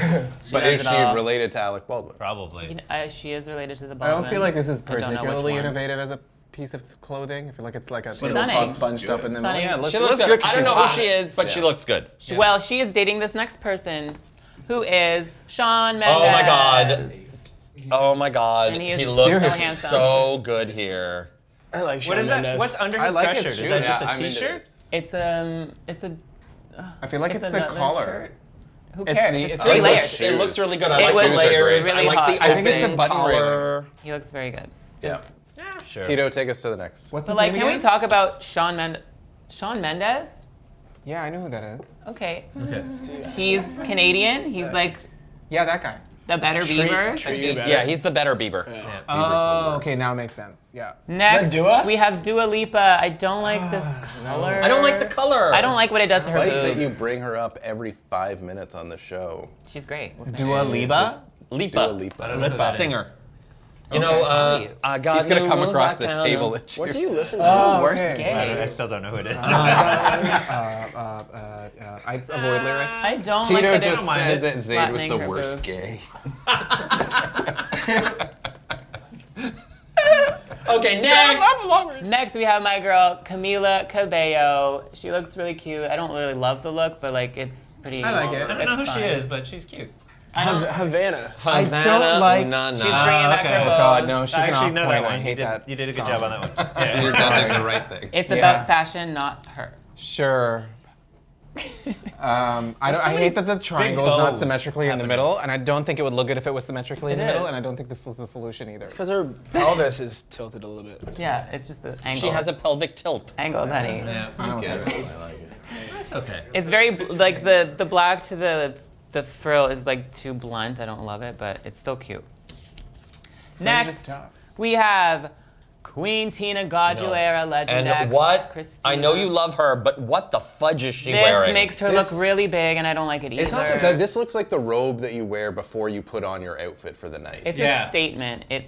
[SPEAKER 2] She
[SPEAKER 3] but
[SPEAKER 2] does
[SPEAKER 3] is
[SPEAKER 2] it
[SPEAKER 3] she
[SPEAKER 2] all.
[SPEAKER 3] related to Alec Baldwin?
[SPEAKER 5] Probably.
[SPEAKER 2] Uh, she is related to the
[SPEAKER 4] I
[SPEAKER 2] Baldwin.
[SPEAKER 4] don't feel like this is
[SPEAKER 2] I don't know which
[SPEAKER 4] particularly
[SPEAKER 2] one.
[SPEAKER 4] innovative as a piece of clothing. I feel like it's like a
[SPEAKER 2] Stunning.
[SPEAKER 4] little bunched up in the middle.
[SPEAKER 2] Stunning. Yeah,
[SPEAKER 1] She looks good. I don't know who she is, but she
[SPEAKER 3] Yeah.
[SPEAKER 1] looks good.
[SPEAKER 2] Well, she is dating this next person, who is Sean Mendes.
[SPEAKER 1] Oh my god. Oh my god.
[SPEAKER 2] And
[SPEAKER 1] He,
[SPEAKER 2] he is
[SPEAKER 1] looks
[SPEAKER 2] so handsome.
[SPEAKER 1] so good here.
[SPEAKER 6] I like Shawn
[SPEAKER 5] What is that?
[SPEAKER 6] Mendes.
[SPEAKER 5] What's under
[SPEAKER 4] I
[SPEAKER 5] his
[SPEAKER 4] like his
[SPEAKER 5] dress shirt? Is
[SPEAKER 4] shoes.
[SPEAKER 5] that
[SPEAKER 4] Yeah,
[SPEAKER 5] just a
[SPEAKER 3] I'm into
[SPEAKER 5] shirt
[SPEAKER 3] this.
[SPEAKER 2] It's um, it's a.
[SPEAKER 4] I feel like it's, the
[SPEAKER 2] another
[SPEAKER 4] collar.
[SPEAKER 2] shirt. Who
[SPEAKER 4] It's
[SPEAKER 2] cares?
[SPEAKER 4] the- uh,
[SPEAKER 2] It's
[SPEAKER 4] it's
[SPEAKER 2] three
[SPEAKER 1] It
[SPEAKER 3] the
[SPEAKER 2] layers.
[SPEAKER 1] looks, it looks really good. I
[SPEAKER 2] It
[SPEAKER 1] like the
[SPEAKER 2] was
[SPEAKER 1] layers.
[SPEAKER 2] really
[SPEAKER 1] I like the
[SPEAKER 2] hot.
[SPEAKER 1] open
[SPEAKER 4] I think it's the button
[SPEAKER 1] collar.
[SPEAKER 2] He looks very good.
[SPEAKER 3] Yeah.
[SPEAKER 5] Yeah, sure.
[SPEAKER 3] Tito, take us to the next.
[SPEAKER 4] What's
[SPEAKER 2] But
[SPEAKER 4] his
[SPEAKER 2] like,
[SPEAKER 4] name
[SPEAKER 2] can we
[SPEAKER 4] again?
[SPEAKER 2] talk about Sean Mendes? Sean Mendes?
[SPEAKER 4] Yeah, I know who that is.
[SPEAKER 2] Okay.
[SPEAKER 5] Okay.
[SPEAKER 2] He's Canadian. He's like
[SPEAKER 4] Yeah, that guy.
[SPEAKER 2] The better Bieber.
[SPEAKER 6] Treat you
[SPEAKER 1] Yeah,
[SPEAKER 6] better.
[SPEAKER 1] he's the better Bieber.
[SPEAKER 4] Oh, okay, now it makes sense. Yeah.
[SPEAKER 2] Next,
[SPEAKER 6] Dua?
[SPEAKER 2] we have Dua Lipa. I don't like this color.
[SPEAKER 1] I don't like the color.
[SPEAKER 2] Oh. I don't like what it does to her
[SPEAKER 3] Like that you
[SPEAKER 2] boobs.
[SPEAKER 3] bring her up every five minutes on the show.
[SPEAKER 2] She's great.
[SPEAKER 4] Dua
[SPEAKER 3] Just
[SPEAKER 4] Lipa?
[SPEAKER 1] Lipa.
[SPEAKER 3] Dua Lipa.
[SPEAKER 5] know who that is.
[SPEAKER 1] singer. You know, uh,
[SPEAKER 2] Okay.
[SPEAKER 1] I got
[SPEAKER 3] He's gonna
[SPEAKER 1] new
[SPEAKER 3] come
[SPEAKER 1] rules
[SPEAKER 3] across
[SPEAKER 1] I
[SPEAKER 3] the
[SPEAKER 1] found.
[SPEAKER 3] table at you.
[SPEAKER 6] What Oh, do you listen to?
[SPEAKER 2] Worst
[SPEAKER 4] okay.
[SPEAKER 5] I, don't-
[SPEAKER 2] gay.
[SPEAKER 5] I still don't know who it is.
[SPEAKER 4] Uh, uh, uh, uh, I avoid lyrics.
[SPEAKER 2] I don't like
[SPEAKER 3] Tito
[SPEAKER 2] that
[SPEAKER 3] just
[SPEAKER 2] it's
[SPEAKER 3] said
[SPEAKER 5] it.
[SPEAKER 3] that Zayd was
[SPEAKER 2] Flattening
[SPEAKER 3] the
[SPEAKER 2] her
[SPEAKER 3] worst
[SPEAKER 2] boobs.
[SPEAKER 3] gay.
[SPEAKER 1] Okay, next.
[SPEAKER 2] Next, we have my girl Camila Cabello. She looks really cute. I don't really love the look, but like it's pretty.
[SPEAKER 4] I like it.
[SPEAKER 5] I don't know who
[SPEAKER 2] It's
[SPEAKER 5] she
[SPEAKER 2] fine.
[SPEAKER 5] is, but she's cute.
[SPEAKER 6] Ha- Havana.
[SPEAKER 1] Havana,
[SPEAKER 4] don't like-
[SPEAKER 1] Na,
[SPEAKER 2] She's
[SPEAKER 1] na.
[SPEAKER 2] bringing back
[SPEAKER 5] okay.
[SPEAKER 2] her
[SPEAKER 5] Oh,
[SPEAKER 2] boobs.
[SPEAKER 4] God, no, she's
[SPEAKER 5] I
[SPEAKER 4] an
[SPEAKER 5] actually
[SPEAKER 4] off
[SPEAKER 5] know
[SPEAKER 4] point.
[SPEAKER 5] that one.
[SPEAKER 4] I
[SPEAKER 5] You
[SPEAKER 4] hate
[SPEAKER 5] did,
[SPEAKER 4] that.
[SPEAKER 5] you did a good
[SPEAKER 4] song.
[SPEAKER 5] job on that one. Yeah.
[SPEAKER 3] He's not doing the right thing.
[SPEAKER 2] It's
[SPEAKER 4] Yeah.
[SPEAKER 2] about fashion, not her.
[SPEAKER 4] Sure. Um, I, don't, I hate that the triangle is not
[SPEAKER 5] bows
[SPEAKER 4] symmetrically in the middle, and I don't think it would look good if it was symmetrically in the
[SPEAKER 6] It
[SPEAKER 4] middle,
[SPEAKER 6] is.
[SPEAKER 4] and I don't think this was the solution either.
[SPEAKER 6] Because her pelvis is tilted a little bit.
[SPEAKER 2] Yeah, it's just the angle.
[SPEAKER 1] She has a pelvic tilt.
[SPEAKER 2] angles, honey.
[SPEAKER 5] yeah. It's okay.
[SPEAKER 2] It's very bl- like the the black to the the frill is like too blunt. I don't love it, but it's still cute. Next,
[SPEAKER 4] tough.
[SPEAKER 2] we have Queen Tina Godulera,
[SPEAKER 1] And
[SPEAKER 2] legend X,
[SPEAKER 1] what? I know
[SPEAKER 2] Christina.
[SPEAKER 1] you love her, but what the fudge is she
[SPEAKER 2] This
[SPEAKER 1] wearing?
[SPEAKER 2] makes her
[SPEAKER 3] This-
[SPEAKER 2] look really big, and I don't like it either.
[SPEAKER 3] It's not just that. This looks like the robe that you wear before you put on your outfit for the night.
[SPEAKER 2] It's
[SPEAKER 5] Yeah.
[SPEAKER 2] a statement. It.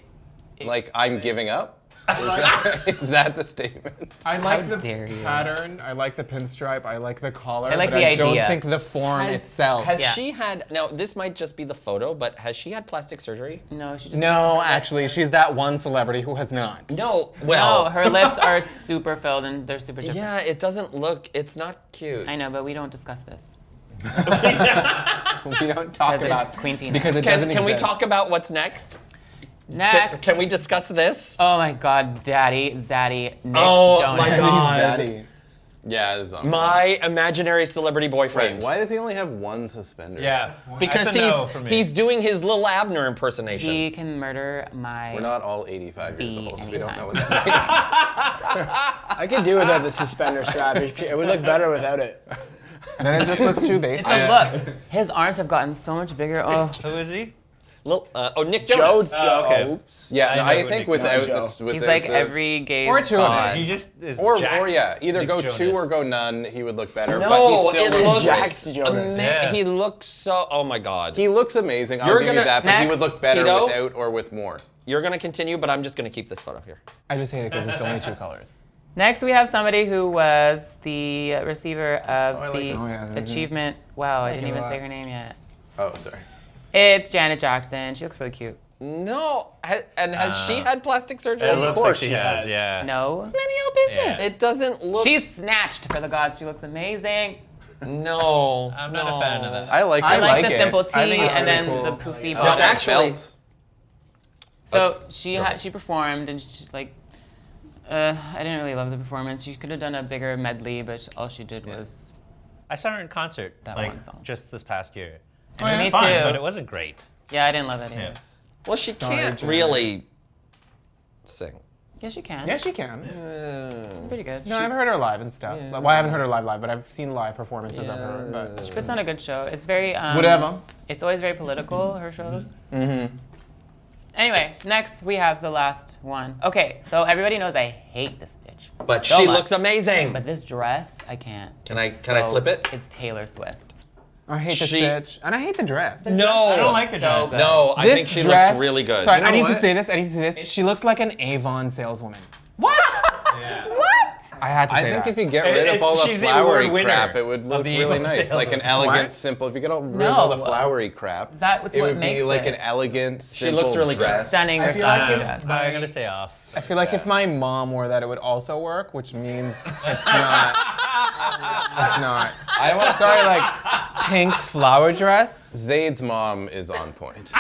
[SPEAKER 3] like I'm giving up. Is that, is that the statement?
[SPEAKER 4] I like
[SPEAKER 2] How
[SPEAKER 4] the
[SPEAKER 2] dare you.
[SPEAKER 4] pattern. I like the pinstripe. I like the collar.
[SPEAKER 2] I like
[SPEAKER 4] but
[SPEAKER 2] the
[SPEAKER 4] I don't
[SPEAKER 2] idea.
[SPEAKER 4] think the form itself.
[SPEAKER 1] Has
[SPEAKER 2] Yeah.
[SPEAKER 1] she had? Now this might just be the photo, but has she had plastic surgery?
[SPEAKER 2] No, she just.
[SPEAKER 4] no, actually, she's that one celebrity who has not.
[SPEAKER 1] No.
[SPEAKER 2] No,
[SPEAKER 1] Well.
[SPEAKER 2] her lips are super filled and they're super different.
[SPEAKER 1] Yeah, it doesn't look. It's not cute.
[SPEAKER 2] I know, but we don't discuss this.
[SPEAKER 4] We don't talk
[SPEAKER 2] Because
[SPEAKER 4] about
[SPEAKER 2] it's Queen Tina.
[SPEAKER 4] because it
[SPEAKER 1] Can,
[SPEAKER 4] doesn't
[SPEAKER 1] can we
[SPEAKER 4] exist.
[SPEAKER 1] talk about what's next? Can-
[SPEAKER 2] Next.
[SPEAKER 1] Can we discuss this?
[SPEAKER 2] Oh my God, Daddy, Zaddy, Nick
[SPEAKER 1] Oh
[SPEAKER 2] Jonas.
[SPEAKER 1] my god.
[SPEAKER 4] Daddy.
[SPEAKER 3] Yeah, it's on.
[SPEAKER 1] My imaginary celebrity boyfriend.
[SPEAKER 3] Wait, why does he only have one suspender?
[SPEAKER 5] Yeah.
[SPEAKER 1] Because
[SPEAKER 5] That's a
[SPEAKER 1] he's
[SPEAKER 5] no for me.
[SPEAKER 1] he's doing his little Abner impersonation.
[SPEAKER 2] He can murder my.
[SPEAKER 3] We're not all 85 years
[SPEAKER 2] Be
[SPEAKER 3] old. We don't
[SPEAKER 2] anytime.
[SPEAKER 3] know what that
[SPEAKER 6] I could do without the suspender strap. It it would look better without it.
[SPEAKER 4] Then it just looks too basic.
[SPEAKER 2] It's a Oh, look. His arms have gotten so much bigger. Oh,
[SPEAKER 5] Who is he?
[SPEAKER 1] Lil- uh, oh, Nick
[SPEAKER 6] Joe,
[SPEAKER 1] Jonas.
[SPEAKER 6] Joe.
[SPEAKER 5] Oh, okay.
[SPEAKER 3] means. Yeah,
[SPEAKER 5] I
[SPEAKER 3] no,
[SPEAKER 5] know
[SPEAKER 3] I
[SPEAKER 5] who
[SPEAKER 3] think
[SPEAKER 5] Nick
[SPEAKER 3] without
[SPEAKER 6] Joe.
[SPEAKER 3] this, without
[SPEAKER 2] he's like
[SPEAKER 3] the,
[SPEAKER 2] every gay.
[SPEAKER 4] Or two of them.
[SPEAKER 5] Uh, He just is
[SPEAKER 3] or
[SPEAKER 5] jacked
[SPEAKER 3] or yeah, either
[SPEAKER 5] Nick
[SPEAKER 3] go two
[SPEAKER 5] Jonas.
[SPEAKER 3] or go none. He would look better. but he
[SPEAKER 1] No,
[SPEAKER 3] still
[SPEAKER 1] it looks
[SPEAKER 3] looks-
[SPEAKER 6] Jax Jonas.
[SPEAKER 1] ama-
[SPEAKER 5] Yeah.
[SPEAKER 1] He looks so. Oh my God.
[SPEAKER 3] He looks amazing. I'll
[SPEAKER 1] You're
[SPEAKER 3] give
[SPEAKER 1] gonna-
[SPEAKER 3] you that, but he
[SPEAKER 2] Next,
[SPEAKER 3] would look better
[SPEAKER 1] Tito?
[SPEAKER 3] without or with more.
[SPEAKER 1] You're gonna continue, but I'm just gonna keep this photo here.
[SPEAKER 4] I just hate it because it's only two colors.
[SPEAKER 2] Next, we have somebody who was the receiver of
[SPEAKER 3] I like
[SPEAKER 2] the
[SPEAKER 3] this. Oh,
[SPEAKER 4] yeah, yeah.
[SPEAKER 2] achievement. Wow, I didn't
[SPEAKER 4] it a
[SPEAKER 2] even
[SPEAKER 4] lot.
[SPEAKER 2] say her name yet.
[SPEAKER 3] Oh, sorry.
[SPEAKER 2] It's Janet Jackson. She looks really cute.
[SPEAKER 1] No, ha- and has she had plastic surgery?
[SPEAKER 5] It looks like
[SPEAKER 6] course
[SPEAKER 5] she
[SPEAKER 6] she
[SPEAKER 5] has.
[SPEAKER 6] has.
[SPEAKER 5] Yeah.
[SPEAKER 2] No.
[SPEAKER 5] Yeah.
[SPEAKER 1] It doesn't look.
[SPEAKER 2] She's snatched for the gods. She looks amazing.
[SPEAKER 1] no.
[SPEAKER 5] I'm not
[SPEAKER 1] no.
[SPEAKER 5] a fan of that.
[SPEAKER 3] I like.
[SPEAKER 2] I,
[SPEAKER 3] this.
[SPEAKER 2] like,
[SPEAKER 4] like
[SPEAKER 2] the
[SPEAKER 4] it.
[SPEAKER 2] simple
[SPEAKER 4] I
[SPEAKER 2] tee
[SPEAKER 4] think it's
[SPEAKER 2] and then
[SPEAKER 4] really cool.
[SPEAKER 2] the poofy
[SPEAKER 1] No,
[SPEAKER 2] bottom.
[SPEAKER 1] actually,
[SPEAKER 3] Belt.
[SPEAKER 2] So
[SPEAKER 1] Oh,
[SPEAKER 2] she had she performed and she like uh, I didn't really love the performance. She could have done a bigger medley, but all she did was
[SPEAKER 5] I saw her in concert
[SPEAKER 2] That
[SPEAKER 5] like
[SPEAKER 2] one song.
[SPEAKER 5] just this past year.
[SPEAKER 2] oh,
[SPEAKER 5] It was
[SPEAKER 2] me
[SPEAKER 5] fun,
[SPEAKER 2] too.
[SPEAKER 5] but it wasn't great.
[SPEAKER 2] yeah, I didn't love it either.
[SPEAKER 5] Yeah.
[SPEAKER 2] Yeah,
[SPEAKER 1] well, she
[SPEAKER 4] Sorry,
[SPEAKER 1] can't
[SPEAKER 4] Janet.
[SPEAKER 1] really sing.
[SPEAKER 2] she can.
[SPEAKER 4] Yeah, she can.
[SPEAKER 2] She's pretty good.
[SPEAKER 4] No,
[SPEAKER 2] she,
[SPEAKER 4] I've heard her live and stuff. Well, I haven't heard her live live, but I've seen live performances of her. But
[SPEAKER 2] she puts on a good show. It's very um,
[SPEAKER 4] Whatever.
[SPEAKER 2] It's always very political. Her shows. Mm-hmm. Anyway, next we have the last one. Okay, so everybody knows I hate this bitch,
[SPEAKER 1] But
[SPEAKER 2] So
[SPEAKER 1] she
[SPEAKER 2] much.
[SPEAKER 1] looks amazing.
[SPEAKER 2] but this dress I can't.
[SPEAKER 1] can I can I
[SPEAKER 2] So
[SPEAKER 1] flip it?
[SPEAKER 2] It's Taylor Swift.
[SPEAKER 4] I hate this
[SPEAKER 1] She-
[SPEAKER 4] bitch, and I hate the dress.
[SPEAKER 1] No.
[SPEAKER 5] I don't like the dress.
[SPEAKER 1] No, I
[SPEAKER 4] This
[SPEAKER 1] think she
[SPEAKER 4] dress-
[SPEAKER 1] looks really good.
[SPEAKER 4] Sorry,
[SPEAKER 3] You know
[SPEAKER 4] I need to
[SPEAKER 3] what?
[SPEAKER 4] say this. I need to say this. She looks like an Avon saleswoman.
[SPEAKER 1] What?
[SPEAKER 4] I had to
[SPEAKER 3] I
[SPEAKER 4] say
[SPEAKER 3] think
[SPEAKER 4] that.
[SPEAKER 3] if you get
[SPEAKER 5] It-
[SPEAKER 3] rid of
[SPEAKER 5] it's-
[SPEAKER 3] all the
[SPEAKER 5] she's the
[SPEAKER 3] flowery
[SPEAKER 5] award winner
[SPEAKER 3] crap, it would
[SPEAKER 5] of
[SPEAKER 3] look
[SPEAKER 5] the
[SPEAKER 3] really
[SPEAKER 5] Avon
[SPEAKER 3] nice, like an
[SPEAKER 5] Salesman.
[SPEAKER 3] elegant,
[SPEAKER 4] What?
[SPEAKER 3] simple. If you get all rid of all the
[SPEAKER 2] No.
[SPEAKER 3] flowery crap,
[SPEAKER 2] That was
[SPEAKER 3] it
[SPEAKER 2] what
[SPEAKER 3] would be
[SPEAKER 2] makes
[SPEAKER 3] like
[SPEAKER 2] it.
[SPEAKER 3] an elegant, simple
[SPEAKER 1] looks really good.
[SPEAKER 3] dress.
[SPEAKER 2] Stunning
[SPEAKER 4] I feel like
[SPEAKER 2] Versace
[SPEAKER 4] if-
[SPEAKER 2] dress.
[SPEAKER 5] I'm gonna say off.
[SPEAKER 4] I feel like if my mom wore that, it would also work, which means it's not. it's not.
[SPEAKER 3] I want to
[SPEAKER 4] Sorry, like pink flower dress.
[SPEAKER 3] Zayd's mom is on point.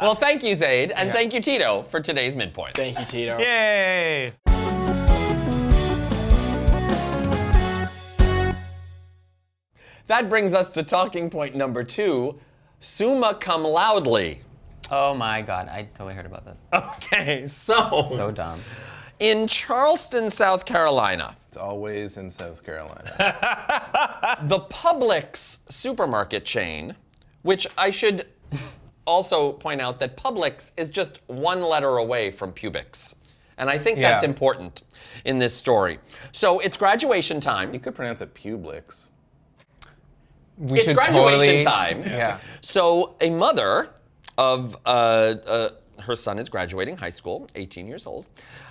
[SPEAKER 1] Well, thank you, Zaid, and thank you, Tito, for today's midpoint.
[SPEAKER 6] Thank you, Tito.
[SPEAKER 5] Yay!
[SPEAKER 1] That brings us to talking point number two Summa Cum Loudly.
[SPEAKER 2] Oh my god, I totally heard about this.
[SPEAKER 1] Okay, so
[SPEAKER 2] So dumb.
[SPEAKER 1] in Charleston, South Carolina,
[SPEAKER 3] It's always in South Carolina.
[SPEAKER 1] the Publix supermarket chain, which I should also point out that Publix is just one letter away from Pubix. And I think that's
[SPEAKER 4] Yeah.
[SPEAKER 1] important in this story. So it's graduation time.
[SPEAKER 3] You could pronounce it Publix.
[SPEAKER 4] We
[SPEAKER 1] It's
[SPEAKER 4] should
[SPEAKER 1] graduation
[SPEAKER 4] totally-
[SPEAKER 1] time.
[SPEAKER 4] Yeah.
[SPEAKER 1] So a mother of uh, uh, her son is graduating high school, 18 years old.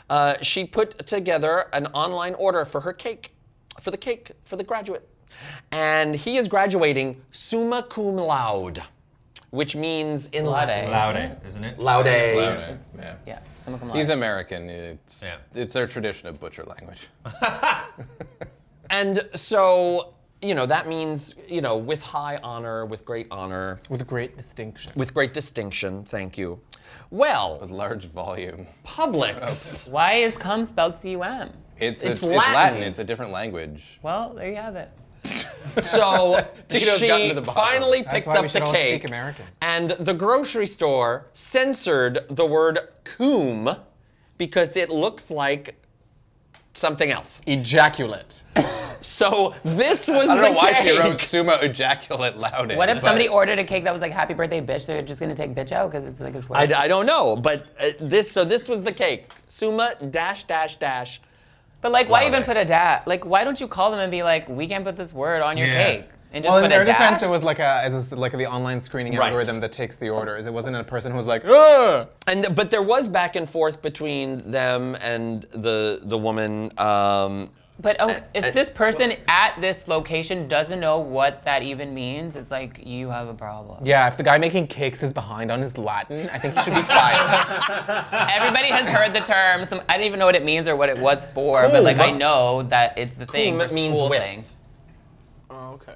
[SPEAKER 1] Uh, she put together an online order for her cake, for the cake, for the graduate, and he is graduating summa cum laude, which means in Latin.
[SPEAKER 5] Laude, isn't it?
[SPEAKER 1] Laude.
[SPEAKER 3] Laude, Yeah.
[SPEAKER 2] Yeah, someone come
[SPEAKER 3] He's
[SPEAKER 2] along.
[SPEAKER 3] American. It's
[SPEAKER 5] Yeah.
[SPEAKER 3] it's their tradition of butcher language.
[SPEAKER 1] And so, you know, that means, you know, with high honor, with great honor,
[SPEAKER 4] With great distinction.
[SPEAKER 1] with great distinction. Thank you. Well,
[SPEAKER 3] With large volume.
[SPEAKER 1] Publix.
[SPEAKER 2] Why is cum spelled C-U-M?
[SPEAKER 3] It's
[SPEAKER 1] It's
[SPEAKER 3] it's, it's Latin.
[SPEAKER 1] Latin.
[SPEAKER 3] It's a different language.
[SPEAKER 2] Well, there you have it.
[SPEAKER 1] So
[SPEAKER 3] Tito's gotten
[SPEAKER 1] she
[SPEAKER 3] to the bottom.
[SPEAKER 1] finally
[SPEAKER 4] That's
[SPEAKER 1] picked
[SPEAKER 4] why we
[SPEAKER 1] up the
[SPEAKER 4] should all
[SPEAKER 1] cake,
[SPEAKER 4] speak American.
[SPEAKER 1] and the grocery store censored the word coom because it looks like something else.
[SPEAKER 6] Ejaculate.
[SPEAKER 1] So this was
[SPEAKER 3] I don't
[SPEAKER 1] the
[SPEAKER 3] know why
[SPEAKER 1] cake.
[SPEAKER 3] she wrote "summa ejaculate laude."
[SPEAKER 2] What if
[SPEAKER 3] but-
[SPEAKER 2] somebody ordered a cake that was like "Happy Birthday, bitch"? They're just gonna take "bitch" out because it's like a swear.
[SPEAKER 1] I, I don't know, but uh, this so this was the cake. Suma dash dash dash.
[SPEAKER 2] But like, why
[SPEAKER 1] Love
[SPEAKER 2] even
[SPEAKER 1] it.
[SPEAKER 2] put a dash? Like, why don't you call them and be like, "We can't put this word on your
[SPEAKER 5] Yeah.
[SPEAKER 2] cake," and just
[SPEAKER 4] Well, in
[SPEAKER 2] put a
[SPEAKER 4] their
[SPEAKER 2] dash?
[SPEAKER 4] defense, it was like a, it's just like the online screening
[SPEAKER 1] Right.
[SPEAKER 4] algorithm that takes the orders. It wasn't a person who was like, ugh.
[SPEAKER 1] And th- but there was back and forth between them and the the woman. Um,
[SPEAKER 2] But oh, if
[SPEAKER 1] uh,
[SPEAKER 2] this person at this location doesn't know what that even means, it's like you have a problem.
[SPEAKER 4] Yeah, if the guy making cakes is behind on his Latin, I think he should be fired.
[SPEAKER 2] Everybody has heard the term. Some, I didn't even know what it means or what it was for, but
[SPEAKER 1] Cool.
[SPEAKER 2] like I know that it's the thing.
[SPEAKER 1] coom
[SPEAKER 2] for
[SPEAKER 1] means
[SPEAKER 2] school
[SPEAKER 1] with.
[SPEAKER 2] thing.
[SPEAKER 6] Oh, okay.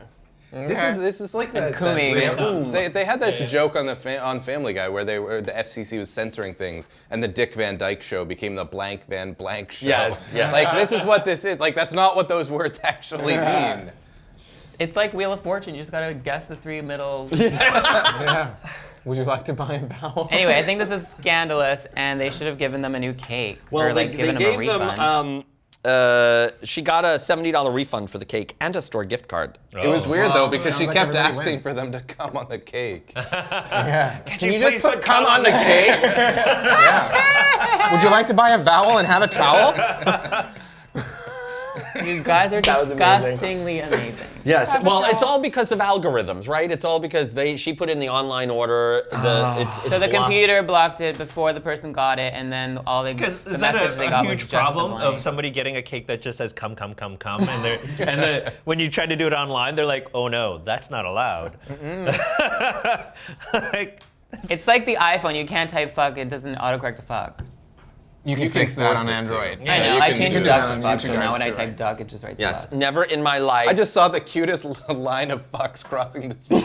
[SPEAKER 3] This is this is like that. that
[SPEAKER 2] Kumi.
[SPEAKER 3] Van- they, they had this joke on the fa- on Family Guy where they were the FCC was censoring things, and the Dick Van Dyke Show became the Blank Van Blank Show.
[SPEAKER 1] Yes, yes.
[SPEAKER 3] Like this is what this is. Like that's not what those words actually mean.
[SPEAKER 2] It's like Wheel of Fortune. You just gotta guess the three middle.
[SPEAKER 4] yeah. Would you like to buy a vowel?
[SPEAKER 2] anyway, I think this is scandalous, and they should have given them a new cake or like given them a refund.
[SPEAKER 1] um, uh, she got a seventy dollar refund for the cake and a store gift card.
[SPEAKER 3] It was weird though because
[SPEAKER 4] Sounds
[SPEAKER 3] she
[SPEAKER 4] like
[SPEAKER 3] kept
[SPEAKER 4] everybody
[SPEAKER 3] asking
[SPEAKER 4] wins.
[SPEAKER 3] for them to come on the cake.
[SPEAKER 4] Yeah. Can
[SPEAKER 5] you please put cum on the
[SPEAKER 4] cake? yeah. Would you like to buy a vowel and have a towel?
[SPEAKER 2] you guys are
[SPEAKER 6] was amazing.
[SPEAKER 2] disgustingly amazing.
[SPEAKER 1] Yes. Well, it's all because of algorithms, right? It's all because they she put in the online order. The, it's, it's
[SPEAKER 2] So the
[SPEAKER 1] blocked.
[SPEAKER 2] computer blocked it before the person got it, and then all they the
[SPEAKER 5] Because
[SPEAKER 2] message
[SPEAKER 5] is that
[SPEAKER 2] they
[SPEAKER 5] a, a
[SPEAKER 2] got was
[SPEAKER 5] huge
[SPEAKER 2] just the
[SPEAKER 5] problem
[SPEAKER 2] blank.
[SPEAKER 5] of somebody getting a cake that just says come, come, come, come, and they're and the, when you try to do it online, they're like, oh no, that's not allowed. like,
[SPEAKER 2] It's like the iPhone. You can't type fuck. It doesn't autocorrect to fuck.
[SPEAKER 4] You can
[SPEAKER 3] You can
[SPEAKER 4] fix that
[SPEAKER 3] force
[SPEAKER 4] on
[SPEAKER 3] it to.
[SPEAKER 4] Android.
[SPEAKER 5] Yeah,
[SPEAKER 2] I know.
[SPEAKER 5] you
[SPEAKER 2] I
[SPEAKER 3] can
[SPEAKER 2] changed
[SPEAKER 3] do
[SPEAKER 2] the
[SPEAKER 3] that
[SPEAKER 2] duck
[SPEAKER 4] on
[SPEAKER 2] to fuck.
[SPEAKER 4] YouTube
[SPEAKER 2] So now when I
[SPEAKER 4] guys,
[SPEAKER 2] type duck, it just writes
[SPEAKER 1] Yes.
[SPEAKER 2] fuck.
[SPEAKER 1] Never in my life.
[SPEAKER 3] I just saw the cutest line of fucks crossing the street.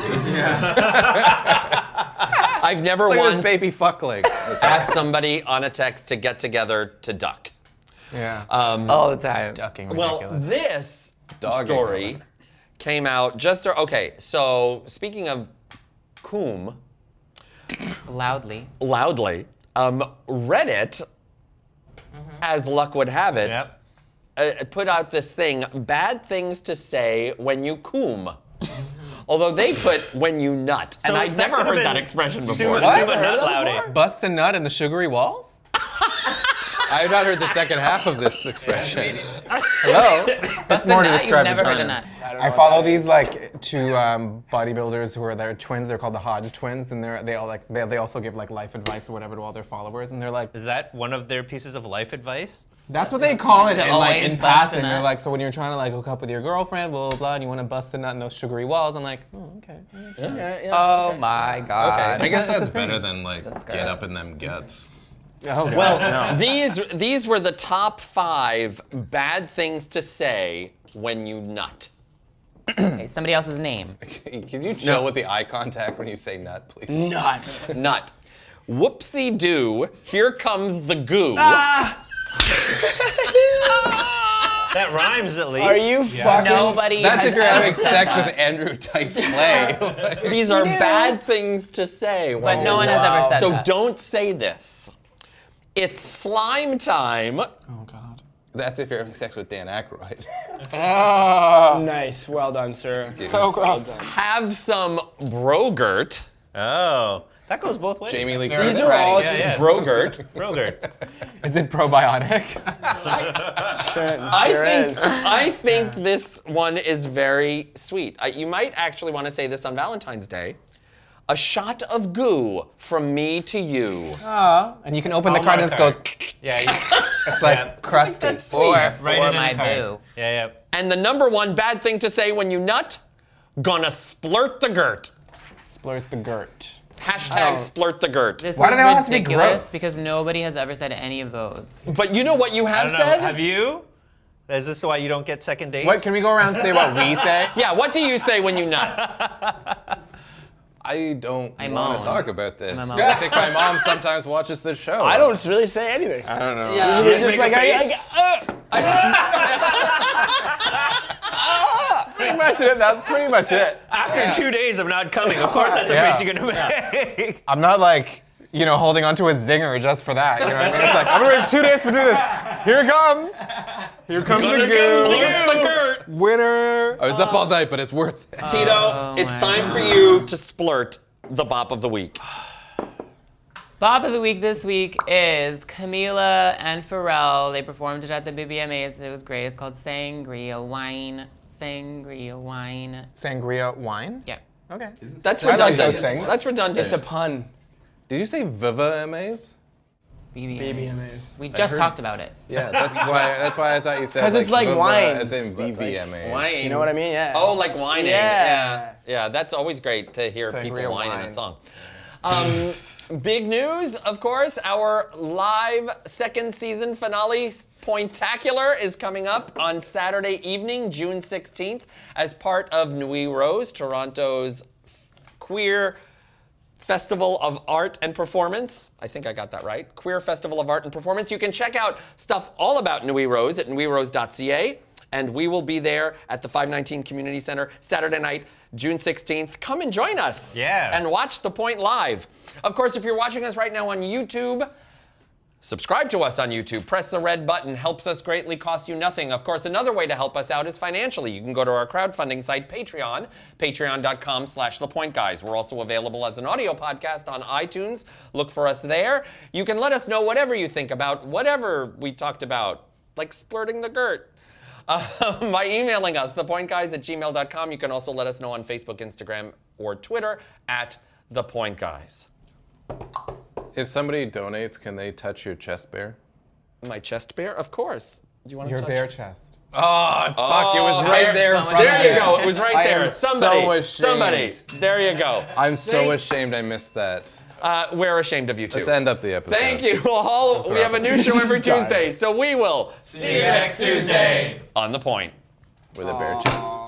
[SPEAKER 1] I've never
[SPEAKER 3] Look at this
[SPEAKER 1] once
[SPEAKER 3] baby fuck leg. That's right.
[SPEAKER 1] asked somebody on a text to get together to duck.
[SPEAKER 4] Yeah.
[SPEAKER 2] All the time.
[SPEAKER 4] Fucking
[SPEAKER 1] Well,
[SPEAKER 4] ridiculous.
[SPEAKER 1] this
[SPEAKER 3] Dog
[SPEAKER 1] story
[SPEAKER 3] eggnog.
[SPEAKER 1] came out just okay. So speaking of coom.
[SPEAKER 2] Loudly.
[SPEAKER 1] loudly. Um, Reddit, as luck would have it,
[SPEAKER 5] Mm-hmm. yep.
[SPEAKER 1] uh, put out this thing: bad things to say when you coom. Although they put when you nut, and
[SPEAKER 5] Mm-hmm. So
[SPEAKER 1] I'd
[SPEAKER 5] that
[SPEAKER 1] never
[SPEAKER 5] could've
[SPEAKER 1] heard
[SPEAKER 5] been
[SPEAKER 1] that expression before.
[SPEAKER 5] Suma,
[SPEAKER 3] What?
[SPEAKER 5] Suma
[SPEAKER 3] I've heard
[SPEAKER 5] not
[SPEAKER 3] of that
[SPEAKER 5] loud.
[SPEAKER 3] before.
[SPEAKER 4] Bust a nut in the sugary walls?
[SPEAKER 3] I have not heard the second half of this expression. Hello.
[SPEAKER 2] That's
[SPEAKER 4] more to
[SPEAKER 2] that. You've
[SPEAKER 4] describe the
[SPEAKER 2] never heard of
[SPEAKER 4] time.
[SPEAKER 2] that.
[SPEAKER 4] I follow these like two um, bodybuilders who are they're twins. They're called the Hodge twins, and they're they all like they, they also give like life advice or whatever to all their followers, and they're like
[SPEAKER 5] Is that one of their pieces of life advice?
[SPEAKER 4] that's what they call it,
[SPEAKER 2] To
[SPEAKER 4] and like
[SPEAKER 2] always
[SPEAKER 4] in
[SPEAKER 2] bust a
[SPEAKER 4] passing,
[SPEAKER 2] nut.
[SPEAKER 4] they're like so when you're trying to like hook up with your girlfriend, blah blah blah, and you want to bust a nut in those sugary walls, I'm like, oh, okay,
[SPEAKER 2] Oh my god.
[SPEAKER 3] I guess that's
[SPEAKER 4] the thing.
[SPEAKER 3] better than like
[SPEAKER 2] gross.
[SPEAKER 3] get up in them guts.
[SPEAKER 4] oh
[SPEAKER 1] Well,
[SPEAKER 4] well,
[SPEAKER 1] these these were the top five bad things to say when you nut.
[SPEAKER 2] Okay, somebody else's name.
[SPEAKER 3] Can you chill with the eye contact when you say nut, please?
[SPEAKER 6] Nut.
[SPEAKER 1] Nut. Whoopsie doo, here comes the goo.
[SPEAKER 5] Ah, That rhymes at least.
[SPEAKER 6] Are you fucking?
[SPEAKER 2] Nobody.
[SPEAKER 3] That's
[SPEAKER 2] has
[SPEAKER 3] if you're
[SPEAKER 2] ever
[SPEAKER 3] having
[SPEAKER 2] said
[SPEAKER 3] sex
[SPEAKER 2] that.
[SPEAKER 3] with Andrew Dice Clay. Like,
[SPEAKER 1] These are bad things to say when
[SPEAKER 2] But
[SPEAKER 1] you
[SPEAKER 2] no one has ever said
[SPEAKER 1] So
[SPEAKER 2] that.
[SPEAKER 1] don't say this. It's slime time.
[SPEAKER 4] oh god,
[SPEAKER 3] that's if you're having sex with Dan Aykroyd.
[SPEAKER 6] Oh. Nice. Well done, sir.
[SPEAKER 4] so gross.
[SPEAKER 1] Have some brogurt.
[SPEAKER 5] Oh. That goes both ways.
[SPEAKER 3] Jamie Lee
[SPEAKER 6] These
[SPEAKER 3] Curtis.
[SPEAKER 6] are all
[SPEAKER 5] Yeah,
[SPEAKER 6] just
[SPEAKER 5] yeah.
[SPEAKER 1] Brogert.
[SPEAKER 5] Brogert.
[SPEAKER 4] Is it probiotic?
[SPEAKER 1] I
[SPEAKER 6] Sure
[SPEAKER 1] think
[SPEAKER 6] is.
[SPEAKER 1] I think this one is very sweet. I, you might actually want to say this on Valentine's Day. A shot of goo from me to you.
[SPEAKER 4] and you can open the
[SPEAKER 5] Oh,
[SPEAKER 4] card
[SPEAKER 5] my
[SPEAKER 4] and it
[SPEAKER 5] God.
[SPEAKER 4] goes.
[SPEAKER 5] Yeah, you
[SPEAKER 4] It's like crusty.
[SPEAKER 2] Or
[SPEAKER 5] write
[SPEAKER 2] for
[SPEAKER 5] it in
[SPEAKER 2] my
[SPEAKER 5] the card.
[SPEAKER 2] boo.
[SPEAKER 5] Yeah, yeah.
[SPEAKER 1] And the number one bad thing to say when you nut, gonna splurt the girt.
[SPEAKER 4] Splurt the girt.
[SPEAKER 1] Hashtag
[SPEAKER 2] Oh.
[SPEAKER 1] splurt the girt.
[SPEAKER 2] This
[SPEAKER 4] Why
[SPEAKER 2] was
[SPEAKER 4] do they all have to be
[SPEAKER 2] ridiculous
[SPEAKER 4] gross?
[SPEAKER 2] Because nobody has ever said any of those.
[SPEAKER 1] But you know what you
[SPEAKER 5] I
[SPEAKER 1] have
[SPEAKER 5] don't know.
[SPEAKER 1] said?
[SPEAKER 5] Have you? Is this why you don't get second dates?
[SPEAKER 4] What can we go around and say what we say?
[SPEAKER 1] yeah, what do you say when you nut?
[SPEAKER 3] I don't
[SPEAKER 2] I
[SPEAKER 3] want
[SPEAKER 2] moan.
[SPEAKER 3] to talk about this.
[SPEAKER 2] moan.
[SPEAKER 3] I think my mom sometimes watches this show.
[SPEAKER 6] I don't really say anything. I don't know.
[SPEAKER 1] Yeah.
[SPEAKER 6] It's just like
[SPEAKER 5] Make a
[SPEAKER 6] I,
[SPEAKER 5] face.
[SPEAKER 6] I, uh,
[SPEAKER 1] I just
[SPEAKER 4] Ah, Pretty much it. That's pretty much it.
[SPEAKER 5] After two days of not coming, of course that's a
[SPEAKER 4] Yeah.
[SPEAKER 5] face you're gonna make.
[SPEAKER 4] I'm not like, you know, holding on to a zinger just for that. You know what I mean? It's like, I'm gonna wait two days to do this. Here it comes. Here comes
[SPEAKER 1] gonna
[SPEAKER 4] the
[SPEAKER 1] splurt the girt.
[SPEAKER 4] goo. Winner.
[SPEAKER 3] I was up all night, but it's worth it.
[SPEAKER 1] Tito, it's
[SPEAKER 2] my
[SPEAKER 1] time for you to splurt the bop of the week.
[SPEAKER 2] Bob of the week this week is Camila and Pharrell. They performed it at the BBMAs. It was great. It's called Sangria Wine. Sangria Wine.
[SPEAKER 4] Sangria wine.
[SPEAKER 2] Yeah.
[SPEAKER 4] Okay.
[SPEAKER 1] That's
[SPEAKER 4] I like
[SPEAKER 1] redundant.
[SPEAKER 4] those things.
[SPEAKER 1] That's redundant.
[SPEAKER 6] it's a pun.
[SPEAKER 3] Did you say Viva MAs?
[SPEAKER 2] BBMAs.
[SPEAKER 6] BBMAs.
[SPEAKER 2] We just talked about it.
[SPEAKER 3] Yeah, that's why. That's why I thought you said.
[SPEAKER 6] 'Cause it's like
[SPEAKER 3] Viva
[SPEAKER 6] wine,
[SPEAKER 3] As in
[SPEAKER 6] but like
[SPEAKER 3] VVMAs.
[SPEAKER 1] Wine.
[SPEAKER 6] You know what I mean? Yeah.
[SPEAKER 1] Oh, like whining.
[SPEAKER 6] Yeah.
[SPEAKER 1] Yeah, that's always great to hear
[SPEAKER 4] Sangria
[SPEAKER 1] people whine in a
[SPEAKER 4] wine.
[SPEAKER 1] song. Um, big news, of course, our live second season finale, Pointacular, is coming up on Saturday evening, June 16th, as part of Nui Rose, Toronto's queer Festival of Art and Performance. I think I got that right. Queer Festival of Art and Performance. You can check out stuff all about Nui Rose at nuirose.ca. And we will be there at the 519 Community Center Saturday night, June 16th. Come and join us.
[SPEAKER 5] Yeah.
[SPEAKER 1] And watch The Point live. Of course, if you're watching us right now on YouTube, Subscribe to us on YouTube. Press the red button. Helps us greatly, costs you nothing. Of course, another way to help us out is financially. You can go to our crowdfunding site, Patreon, patreon.com slash thepointguys. We're also available as an audio podcast on iTunes. Look for us there. You can let us know whatever you think about whatever we talked about, like splurting the girt. Um, by emailing us, thepointguys at gmail.com. You can also let us know on Facebook, Instagram, or Twitter at thepointguys.
[SPEAKER 3] If somebody donates, can they touch your chest bear?
[SPEAKER 1] My chest bear, of course. Do you want to
[SPEAKER 4] Your
[SPEAKER 1] touch
[SPEAKER 4] bare chest.
[SPEAKER 3] Oh, fuck! It was
[SPEAKER 1] Oh,
[SPEAKER 3] right
[SPEAKER 1] there-
[SPEAKER 3] there. in front of
[SPEAKER 1] There you
[SPEAKER 3] me.
[SPEAKER 1] go. It was right
[SPEAKER 3] I
[SPEAKER 1] there.
[SPEAKER 3] am
[SPEAKER 1] Somebody.
[SPEAKER 3] so ashamed.
[SPEAKER 1] somebody. There you go.
[SPEAKER 3] I'm so ashamed I missed that.
[SPEAKER 1] Uh, we're ashamed of you too.
[SPEAKER 3] Let's end up the episode.
[SPEAKER 1] Thank you all. We have a new show every
[SPEAKER 6] Sorry.
[SPEAKER 1] Tuesday, so we will see you next Tuesday on the point.
[SPEAKER 3] With a bare chest.